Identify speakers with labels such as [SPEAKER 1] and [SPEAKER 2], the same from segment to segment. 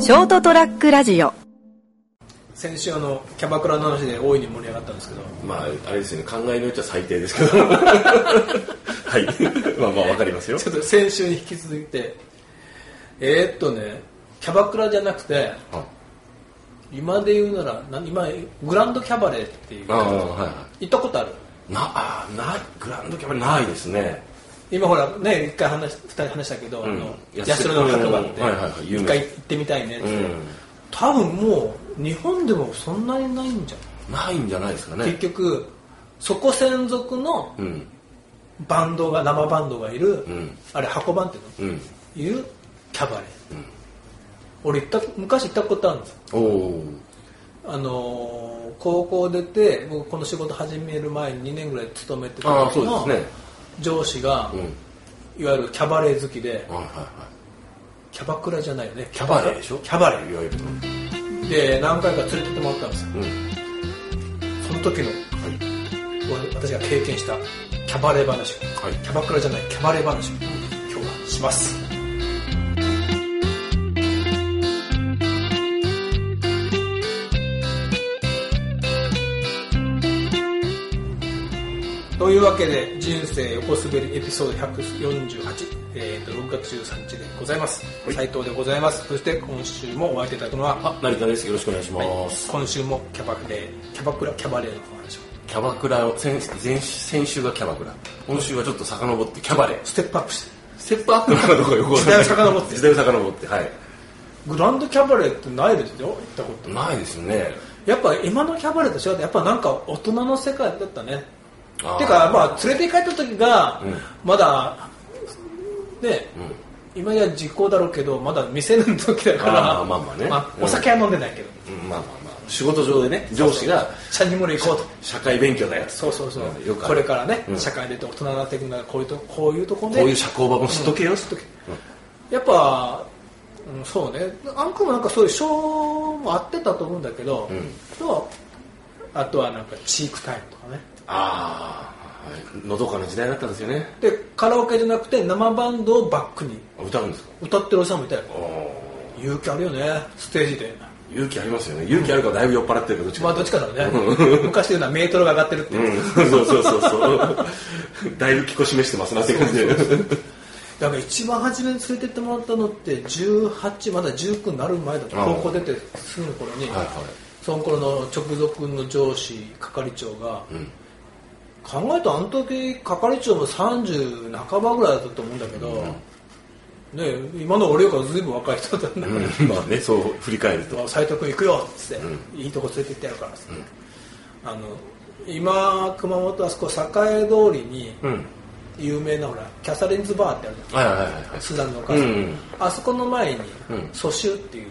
[SPEAKER 1] ショートトラックラジオ
[SPEAKER 2] 先週あのキャバクラの話で大いに盛り上がったんですけど
[SPEAKER 3] まあ、あれですよね、考えのうちは最低ですけど。 はい。まあまあ、わかりますよ。
[SPEAKER 2] ちょっと先週に引き続いてえー、っとねキャバクラじゃなくて
[SPEAKER 3] あ
[SPEAKER 2] 今で言うならな今グランドキャバレーっていう
[SPEAKER 3] ああ、はいは
[SPEAKER 2] 行ったことある
[SPEAKER 3] い。な、あーない、グランドキャバレーないですね。
[SPEAKER 2] 今ほらね一回話し二人話したけど、あ
[SPEAKER 3] うん
[SPEAKER 2] の
[SPEAKER 3] いや
[SPEAKER 2] 八代の角があっ
[SPEAKER 3] うんはいはいはい
[SPEAKER 2] て
[SPEAKER 3] 有
[SPEAKER 2] 一
[SPEAKER 3] 名
[SPEAKER 2] 回行ってみたいねって、
[SPEAKER 3] うん。
[SPEAKER 2] 多分もう日本でもそんなにないんじゃん、
[SPEAKER 3] ないんじゃないですか
[SPEAKER 2] 結
[SPEAKER 3] ね。
[SPEAKER 2] 局そこ専属の
[SPEAKER 3] うん。
[SPEAKER 2] バンドが生バンドがいる、
[SPEAKER 3] ん
[SPEAKER 2] あれ箱バンっていうの、
[SPEAKER 3] うん。
[SPEAKER 2] いうキャバレー、俺行った昔行ったことあるんですよ
[SPEAKER 3] おお。
[SPEAKER 2] あのー高校出て僕この仕事始める前に2年ぐらい勤めてた
[SPEAKER 3] ああ、
[SPEAKER 2] 時
[SPEAKER 3] そう
[SPEAKER 2] の
[SPEAKER 3] ですね。
[SPEAKER 2] 上司が
[SPEAKER 3] うん。
[SPEAKER 2] いわゆるキャバレー好きで
[SPEAKER 3] はいはいはい。
[SPEAKER 2] キャバクラじゃないよね
[SPEAKER 3] キャバレーでしょ
[SPEAKER 2] キャバレ
[SPEAKER 3] いわゆる。
[SPEAKER 2] ーで何回か連れてってもらったんですよ
[SPEAKER 3] うん。
[SPEAKER 2] その時の
[SPEAKER 3] はい。
[SPEAKER 2] 俺私が経験したキャバレー話を
[SPEAKER 3] はい。
[SPEAKER 2] キャバクラじゃないキャバレー話を今日はしますというわけで人生横滑りエピソード148、えー、と6月13日でございます
[SPEAKER 3] はい
[SPEAKER 2] 斉藤でございますそして今週もお会いいただくのは
[SPEAKER 3] あ、成田です。よろしくお願いします。
[SPEAKER 2] 今週もキャバクレーキャバクラキャバレーのお話を
[SPEAKER 3] キャバクラを、先先先週がキャバクラ。今週はちょっと遡ってキャバレー。
[SPEAKER 2] ステップアップして
[SPEAKER 3] ステップアップなのかどうかよくわかんない。
[SPEAKER 2] 時代を遡って
[SPEAKER 3] 時代を遡って。はい。
[SPEAKER 2] グランドキャバレーってないですよ行ったこと
[SPEAKER 3] ないですね。
[SPEAKER 2] やっぱ今のキャバレーと違ってやっぱなんか大人の世界だったね
[SPEAKER 3] あー
[SPEAKER 2] てかまあ連れて帰った時が
[SPEAKER 3] うん
[SPEAKER 2] まだ、ね、今や時効だろうけどまだ店の時だから
[SPEAKER 3] あーまあまあねうん
[SPEAKER 2] お酒は飲んでないけど
[SPEAKER 3] うんまあまあまあ仕事上でね上司が
[SPEAKER 2] 社にも行こうと
[SPEAKER 3] 社会勉強だよ
[SPEAKER 2] そうそうそう、
[SPEAKER 3] うんよくあ
[SPEAKER 2] こ
[SPEAKER 3] る
[SPEAKER 2] れからね、
[SPEAKER 3] うん
[SPEAKER 2] 社会出て大人になっていくならこういうとこういうとこで
[SPEAKER 3] こういう社交場も知っとけよ、
[SPEAKER 2] うん知っとけやっぱ、うん、そうねあんこもなんかそういうショーもあってたと思うんだけど、
[SPEAKER 3] ん
[SPEAKER 2] とあとはなんかチークタイムとかね
[SPEAKER 3] ああはいのどかな時代だったんですよね
[SPEAKER 2] でカラオケじゃなくて生バンドをバックに
[SPEAKER 3] 歌うんですか
[SPEAKER 2] 歌ってるおじさんもいたよ
[SPEAKER 3] あー
[SPEAKER 2] 勇気あるよねステージで
[SPEAKER 3] 勇気ありますよね勇気あるからだいぶ酔っ払ってるけどどっち
[SPEAKER 2] まあどっちかだろうね昔でいうのはメートルが上がってるっていう、
[SPEAKER 3] うんそうそうそうそうだいぶ気こ示してますなって感じで
[SPEAKER 2] だから一番初めに連れてってもらったのって18まだ19になる前だった
[SPEAKER 3] ああ
[SPEAKER 2] 高校出てすぐの頃に、
[SPEAKER 3] はいはい
[SPEAKER 2] その頃の直属の上司係長が、
[SPEAKER 3] ん
[SPEAKER 2] 考えるとあの時係長も30半ばぐらいだったと思うんだけど、ね、今の俺よりかずいぶん若い人だったんだから、
[SPEAKER 3] うんまあねそう振り返ると
[SPEAKER 2] 斎藤君行くよっつって、いいとこ連れて行ってやるからっつって、あの今熊本あそこ栄通りに
[SPEAKER 3] うん
[SPEAKER 2] 有名なほらキャサリンズバーってあるじゃん
[SPEAKER 3] はいはいはいはい
[SPEAKER 2] スザンヌのお母さん、
[SPEAKER 3] うん
[SPEAKER 2] あそこの前に
[SPEAKER 3] うん
[SPEAKER 2] 蘇州っていう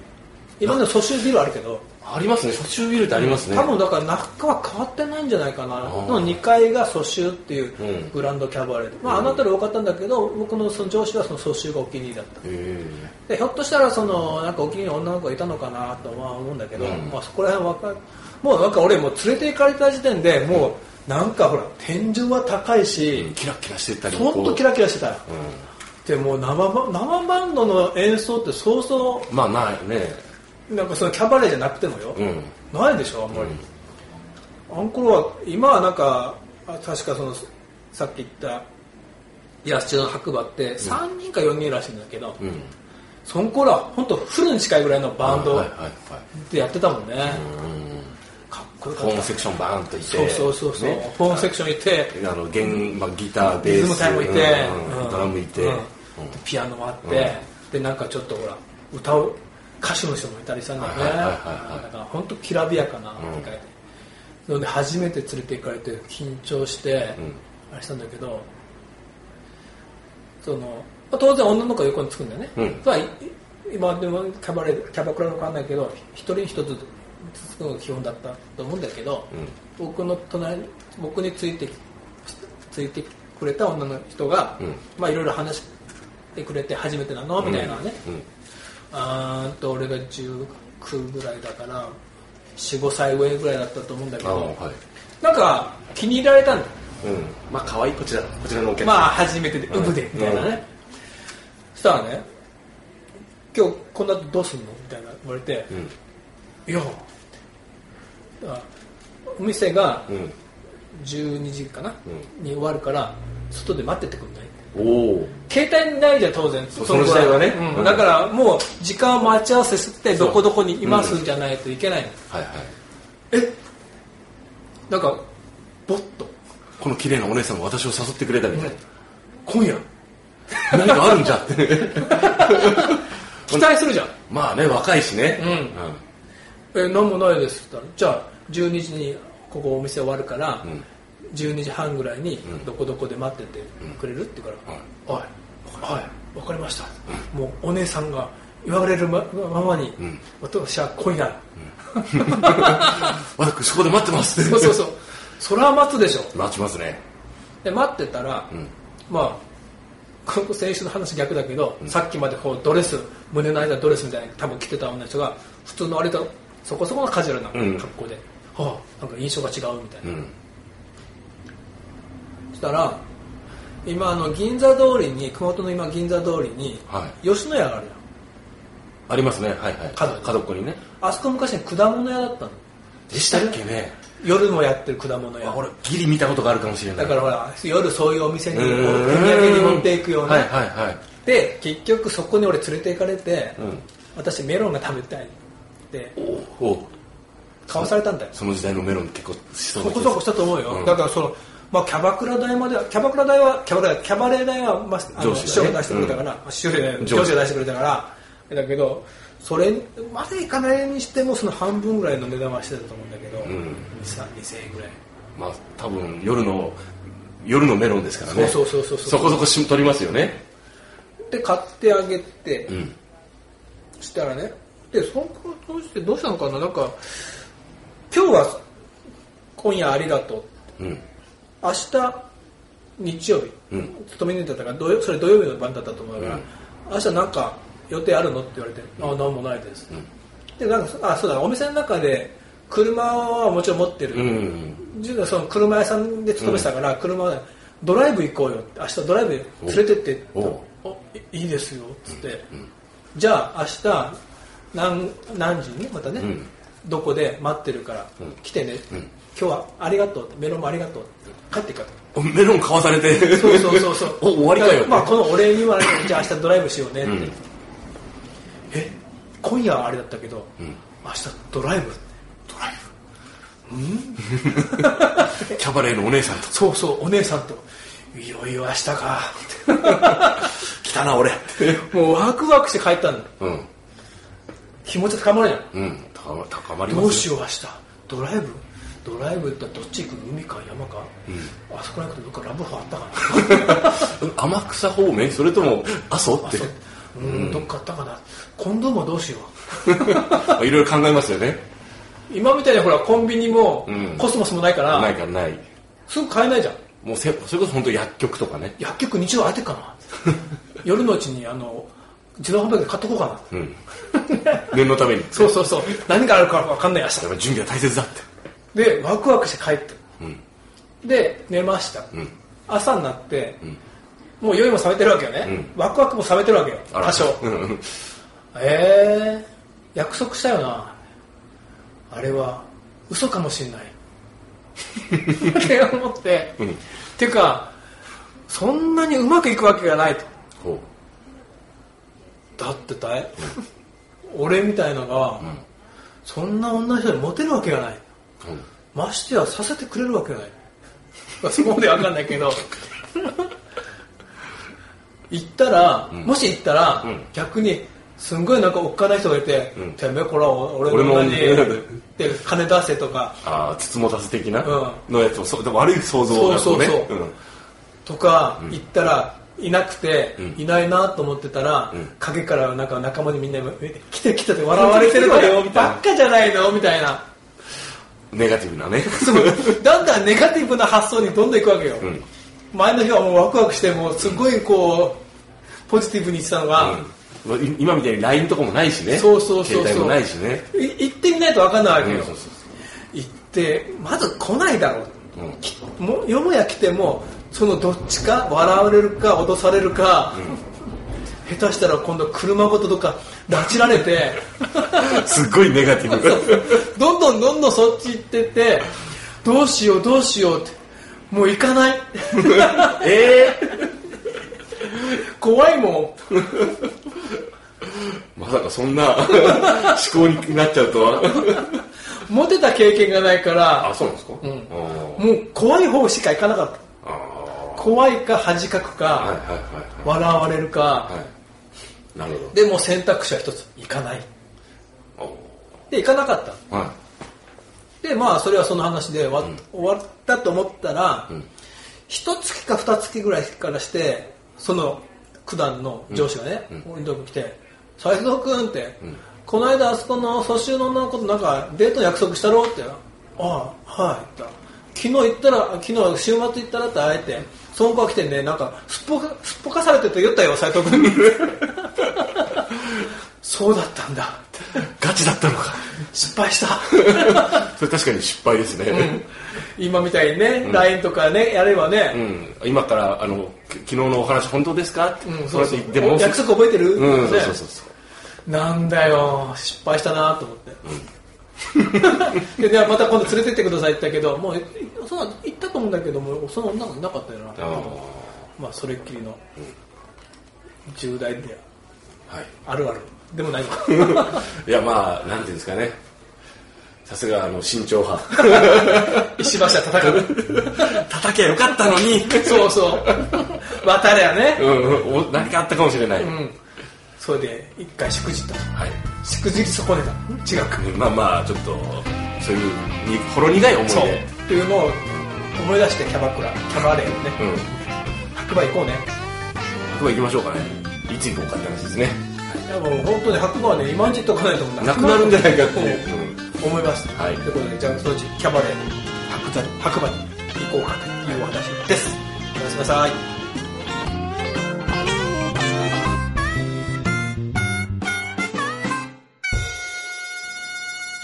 [SPEAKER 2] 今でも蘇州ビルあるけど
[SPEAKER 3] ありますね初中ビルってありますね
[SPEAKER 2] 多分だから中は変わってないんじゃないかな
[SPEAKER 3] ー
[SPEAKER 2] の2階が蘇州ってい
[SPEAKER 3] うん
[SPEAKER 2] うグランドキャバレーで、まあ、あの辺り多かったんだけど僕のその上司はその蘇州がお気に入りだった
[SPEAKER 3] へ
[SPEAKER 2] でひょっとしたらそのなんかお気に入りの女の子がいたのかなとは思うんだけど、
[SPEAKER 3] うん
[SPEAKER 2] まあ、そこら辺わかるもうなんか俺もう連れて行かれた時点でもうなんかほら天井は高い
[SPEAKER 3] え
[SPEAKER 2] し
[SPEAKER 3] うんキラキラしてたり
[SPEAKER 2] ほんとキ
[SPEAKER 3] ラ
[SPEAKER 2] ラキラしてた
[SPEAKER 3] う
[SPEAKER 2] でもう生バ生バンドの演奏ってそうそ
[SPEAKER 3] んまあないね
[SPEAKER 2] うなんかそのキャバレーじゃなくてもよ、
[SPEAKER 3] うん
[SPEAKER 2] ないでしょあんまり、あの頃は今はなんかあ確かそのさっき言った八千代の白馬って3人か4人らしいんだけど、
[SPEAKER 3] うん
[SPEAKER 2] その頃は本当フルに近いぐらいのバンド
[SPEAKER 3] はいはいはい
[SPEAKER 2] でやってたもんね、
[SPEAKER 3] うん
[SPEAKER 2] かっこよか
[SPEAKER 3] ホ
[SPEAKER 2] っ
[SPEAKER 3] ー
[SPEAKER 2] た
[SPEAKER 3] ンセクションバーンといて
[SPEAKER 2] そうそうそうそう、
[SPEAKER 3] ね
[SPEAKER 2] ホーンセクションいて
[SPEAKER 3] あの弦、まあ、ギターベ
[SPEAKER 2] リ
[SPEAKER 3] ー
[SPEAKER 2] ズム
[SPEAKER 3] ス
[SPEAKER 2] 隊もいて、
[SPEAKER 3] うん
[SPEAKER 2] うん
[SPEAKER 3] ドラムいて、
[SPEAKER 2] うん
[SPEAKER 3] うん
[SPEAKER 2] ピアノもあって、でなんかちょっとほら歌う歌手の人もいたりしたんだよね
[SPEAKER 3] はいはいはいはい
[SPEAKER 2] だから本当きらびやかな世界で、ので初めて連れて行かれて緊張して、あれしたんだけどその、まあ当然女の子が横につくんだよね、
[SPEAKER 3] うん
[SPEAKER 2] まあい今でもキャバレーキャバクラのわかんないけど一人一つつくのが基本だったと思うんだけど、僕の隣に僕についてきついてくれた女の人が、
[SPEAKER 3] うん
[SPEAKER 2] まあいろいろ話してくれて初めてなのみたいなね、
[SPEAKER 3] うん
[SPEAKER 2] あーっと俺が19ぐらいだから45歳上ぐらいだったと思うんだけ
[SPEAKER 3] ああ
[SPEAKER 2] ど、
[SPEAKER 3] はい
[SPEAKER 2] なんか気に入られたんだよ
[SPEAKER 3] うんまあ可愛いこちらこちらのお客さん
[SPEAKER 2] まあ初めてで、
[SPEAKER 3] うん
[SPEAKER 2] ウブでみたいなね、
[SPEAKER 3] うん
[SPEAKER 2] そしたらね今日こんな後どうすんのみたいな言われて、
[SPEAKER 3] うん
[SPEAKER 2] いやあお店が
[SPEAKER 3] うん
[SPEAKER 2] 12時かな、に終わるから外で待っててくんない
[SPEAKER 3] おお
[SPEAKER 2] 携帯ないじゃん当然
[SPEAKER 3] そうその時代はね
[SPEAKER 2] うん
[SPEAKER 3] うん
[SPEAKER 2] だからもう時間を待ち合わせしてどこどこにいますじゃないといけないの、
[SPEAKER 3] はいはい
[SPEAKER 2] えなんかボッと
[SPEAKER 3] この綺麗なお姉さんが私を誘ってくれたみたいな、今夜何かあるん じゃって
[SPEAKER 2] 期待するじゃん
[SPEAKER 3] まあね若いしね
[SPEAKER 2] うん「え何もないです」って言ったら「じゃあ12時にここお店終わるから、
[SPEAKER 3] ん
[SPEAKER 2] 12時半ぐらいにどこどこで待っててくれる?」って言うから「はいはいわかりました、もうお姉さんが言われるまままに、
[SPEAKER 3] ん
[SPEAKER 2] 私は今夜、
[SPEAKER 3] 私そこで待ってます
[SPEAKER 2] そうそうそうそれは待つでしょ
[SPEAKER 3] 待ちますね
[SPEAKER 2] で待ってたら、
[SPEAKER 3] ん
[SPEAKER 2] まあここ先週の話逆だけど、さっきまでこうドレス胸の間ドレスみたいな多分着てた女の人が普通の割とそこそこのカジュアルな
[SPEAKER 3] うん
[SPEAKER 2] 格好で、はあ、なんか印象が違うみたいな、
[SPEAKER 3] うん
[SPEAKER 2] そしたら今あの銀座通りに熊本の今銀座通りに、
[SPEAKER 3] は
[SPEAKER 2] 吉野家があるよ
[SPEAKER 3] ありますねはいはい
[SPEAKER 2] 角に
[SPEAKER 3] 角っこにね
[SPEAKER 2] あそこ昔ね果物屋だったの
[SPEAKER 3] でしたっけね
[SPEAKER 2] 夜もやってる果物
[SPEAKER 3] あ
[SPEAKER 2] 屋
[SPEAKER 3] 俺ギリ見たことがあるかもしれな
[SPEAKER 2] だ
[SPEAKER 3] い
[SPEAKER 2] からほら夜そういうお店に
[SPEAKER 3] う
[SPEAKER 2] こ
[SPEAKER 3] ん
[SPEAKER 2] う手土産に持っていくような、
[SPEAKER 3] はいはいはい
[SPEAKER 2] で結局そこに俺連れて行かれて、
[SPEAKER 3] うん
[SPEAKER 2] 私メロンが食べたいって
[SPEAKER 3] おお
[SPEAKER 2] 買わされたんだよ
[SPEAKER 3] その時代のメロン結構し
[SPEAKER 2] そ
[SPEAKER 3] そ
[SPEAKER 2] う
[SPEAKER 3] な気
[SPEAKER 2] こ
[SPEAKER 3] が
[SPEAKER 2] そこしたと思うよ、
[SPEAKER 3] うん
[SPEAKER 2] だからその、まあ、キャバクラ代まではキャバクラ代はキャバクラキャバレー代は、まあ、あの
[SPEAKER 3] 上
[SPEAKER 2] 師
[SPEAKER 3] 司が
[SPEAKER 2] 匠
[SPEAKER 3] ね
[SPEAKER 2] が出してくれたから、まあ師匠じゃない
[SPEAKER 3] 上司
[SPEAKER 2] 上司が出してくれたからだけどそれまでいかないにしてもその半分ぐらいの値段はしてたと思うんだけど、
[SPEAKER 3] ん
[SPEAKER 2] さ2000円ぐらい
[SPEAKER 3] まあ多分夜の夜のメロンですからね
[SPEAKER 2] そうそうそうそう
[SPEAKER 3] そこそこし取りますよね
[SPEAKER 2] で買ってあげて、
[SPEAKER 3] ん
[SPEAKER 2] したらねでその子どうしてどうしたのかななんか今日は今夜ありがとう
[SPEAKER 3] うん
[SPEAKER 2] 明日日曜日、
[SPEAKER 3] うん
[SPEAKER 2] 勤めに行ってたから土曜それ土曜日の晩だったと思うから、
[SPEAKER 3] うん
[SPEAKER 2] 明日なんか予定あるのって言われて「ああ何もないです」
[SPEAKER 3] ん
[SPEAKER 2] でなんかあそうだお店の中で車はもちろん持ってる、
[SPEAKER 3] うん
[SPEAKER 2] 自分はその車屋さんで勤めてたから、車はドライブ行こうよって明日ドライブ連れてって
[SPEAKER 3] おお
[SPEAKER 2] おいいいですよっつって、じゃあ明日何何時にまたね、
[SPEAKER 3] ん
[SPEAKER 2] どこで待ってるから来てね、今日はありがとうってメロンもありがとうって帰っていくかと
[SPEAKER 3] おメロン買わされて
[SPEAKER 2] そうそうそうそう
[SPEAKER 3] お終わりか
[SPEAKER 2] だ
[SPEAKER 3] よ
[SPEAKER 2] らまあこのお礼にはじゃあ明日ドライブしようねって、
[SPEAKER 3] ん
[SPEAKER 2] え今夜はあれだったけど、
[SPEAKER 3] ん
[SPEAKER 2] 明日ドライブ
[SPEAKER 3] キャバレーのお姉さんと
[SPEAKER 2] そうそうお姉さんといよいよ明日かって
[SPEAKER 3] 来たな俺
[SPEAKER 2] もうワクワクして帰ったんだ
[SPEAKER 3] うん
[SPEAKER 2] 気持ち高まるじゃん
[SPEAKER 3] うん高ま高まります
[SPEAKER 2] どうしよう明日ドライブドライブってどっち行く海か山か、あそこら行くとどっかラブホあったか
[SPEAKER 3] うん天草方面それとも阿蘇って
[SPEAKER 2] なうんどっかあったかな今度もどうしよ
[SPEAKER 3] まあいろいろ考えますよね
[SPEAKER 2] う今みたいにほらコンビニも、
[SPEAKER 3] うん
[SPEAKER 2] コスモスもないから
[SPEAKER 3] ないかない
[SPEAKER 2] すぐ買えないじゃん
[SPEAKER 3] もうせそれこそ本当薬局とかね
[SPEAKER 2] 薬局日曜空いてるかな 夜のうちにあの自動販売機で買っとこうかな
[SPEAKER 3] うん念のために
[SPEAKER 2] そうそうそう何があるか分かんない明日
[SPEAKER 3] やっぱ準備は大切だって
[SPEAKER 2] でワクワクして帰って、
[SPEAKER 3] ん
[SPEAKER 2] で寝ました、
[SPEAKER 3] ん
[SPEAKER 2] 朝になって、もう酔いも覚めてるわけよね、ワクワクも覚めてるわけよ
[SPEAKER 3] あら
[SPEAKER 2] 多少
[SPEAKER 3] うんうん
[SPEAKER 2] ええ約束したよなあれは嘘かもしんないって思って、
[SPEAKER 3] うん
[SPEAKER 2] っていうかそんなにうまくいくわけがないと
[SPEAKER 3] ほう
[SPEAKER 2] だってだい俺みたいのが、そんな女の人にモテるわけがない
[SPEAKER 3] うん
[SPEAKER 2] ましてやさせてくれるわけがないまあ そこまでわかんないけど行ったら、もし行ったら、
[SPEAKER 3] ん
[SPEAKER 2] 逆にすんごいなんかおっかない人がいて「
[SPEAKER 3] ん
[SPEAKER 2] てめえこれは俺の女に」
[SPEAKER 3] 俺の女に
[SPEAKER 2] で金出せとか
[SPEAKER 3] ああつ持たせ的な
[SPEAKER 2] う
[SPEAKER 3] のやつもそうでも悪い想像だとね
[SPEAKER 2] そうそうそうとか行ったらいなくて、いないなと思ってたら、陰からなんか仲間にみんなえ「来て来て」って笑われてる わよみたいなばっかじゃないのみたいな
[SPEAKER 3] うんネガティブなね
[SPEAKER 2] そうだんだんネガティブな発想にどんどんいくわけよ、
[SPEAKER 3] ん
[SPEAKER 2] 前の日はもうワクワクしてもうすごいこうポジティブにしてたのが、
[SPEAKER 3] うんい今みたいに LINE とかもないしね
[SPEAKER 2] そうそうそうそう
[SPEAKER 3] 携帯もないしね
[SPEAKER 2] い行ってみないと分かんないわけよ、
[SPEAKER 3] うんそうそう
[SPEAKER 2] 行ってまず来ないだろう
[SPEAKER 3] うん
[SPEAKER 2] きもよもや来てもそのどっちか笑われるか脅されるか、下手したら今度車ごととか拉致られて
[SPEAKER 3] すっごいネガティブ
[SPEAKER 2] どんどんどんどんそっち行ってってどうしようどうしようってもう行かない
[SPEAKER 3] ええ
[SPEAKER 2] 怖いもん
[SPEAKER 3] まさかそんな思考になっちゃうとは
[SPEAKER 2] モテた経験がないから
[SPEAKER 3] あそうなんですか、うん、
[SPEAKER 2] もう怖い方しか行かなかった
[SPEAKER 3] ああ
[SPEAKER 2] 怖いか恥かく
[SPEAKER 3] はいはい
[SPEAKER 2] か
[SPEAKER 3] はい
[SPEAKER 2] 笑われるか
[SPEAKER 3] はい、はい、なるほ
[SPEAKER 2] でもう選択肢は一つ行かない
[SPEAKER 3] ど
[SPEAKER 2] で行かなかった
[SPEAKER 3] おーは
[SPEAKER 2] でまあそれはその話で終わ,、終わったと思ったら、
[SPEAKER 3] ん
[SPEAKER 2] 一月か二月ぐらいからしてその九段の上司がね、俺のとこ来て「斎藤君」って、この間あそこの蘇州の女の子となんかデートの約束したろ?」って「ああはい」って昨日行ったら昨日週末行ったらって会えてその子が来てねなんかすっぽかすっぽかされてて言ったよ斎藤君にそうだったんだ
[SPEAKER 3] いガチだったのか
[SPEAKER 2] 失敗した
[SPEAKER 3] それ確かに失敗ですね、
[SPEAKER 2] 今みたいにね、LINE とかねやればね、
[SPEAKER 3] うん今からあのき昨日のお話本当ですかって、
[SPEAKER 2] うん
[SPEAKER 3] そうやって言っても
[SPEAKER 2] 約束覚えてる、
[SPEAKER 3] うんそ
[SPEAKER 2] ね
[SPEAKER 3] うそうそうそう
[SPEAKER 2] なんだよ失敗したなと思って、 ででまた今度連れてってくださいって言ったけどもういその行ったと思うんだけどもその女がいなかったよな
[SPEAKER 3] あ
[SPEAKER 2] まあそれっきりの重大で
[SPEAKER 3] あはい
[SPEAKER 2] あるあるでもないわ
[SPEAKER 3] いやまあなんていうんですかねさすがあの慎重派
[SPEAKER 2] 石橋は戦う
[SPEAKER 3] 叩きゃよかったのに
[SPEAKER 2] そう そう渡れやね、
[SPEAKER 3] うんお何かあったかもしれない、
[SPEAKER 2] うん、それで一回しくじった
[SPEAKER 3] はい
[SPEAKER 2] しくじり損ねた違うか
[SPEAKER 3] まあまあちょっとそういうにほろ苦い思い
[SPEAKER 2] そう
[SPEAKER 3] で
[SPEAKER 2] っていうのを思い出してキャバクラキャバレーをね
[SPEAKER 3] うん
[SPEAKER 2] 白馬行こうね
[SPEAKER 3] 白馬行きましょうかねいつ行こうかって話ですね
[SPEAKER 2] いやもう本当に白馬はね今んじっとかないと思う
[SPEAKER 3] なくなるんじゃないかっていう、
[SPEAKER 2] うん
[SPEAKER 3] うん
[SPEAKER 2] 思います
[SPEAKER 3] はい
[SPEAKER 2] ということでじゃあそのうちキャバレー白座白馬に行こうかというお話ですおやすみなさい
[SPEAKER 1] ー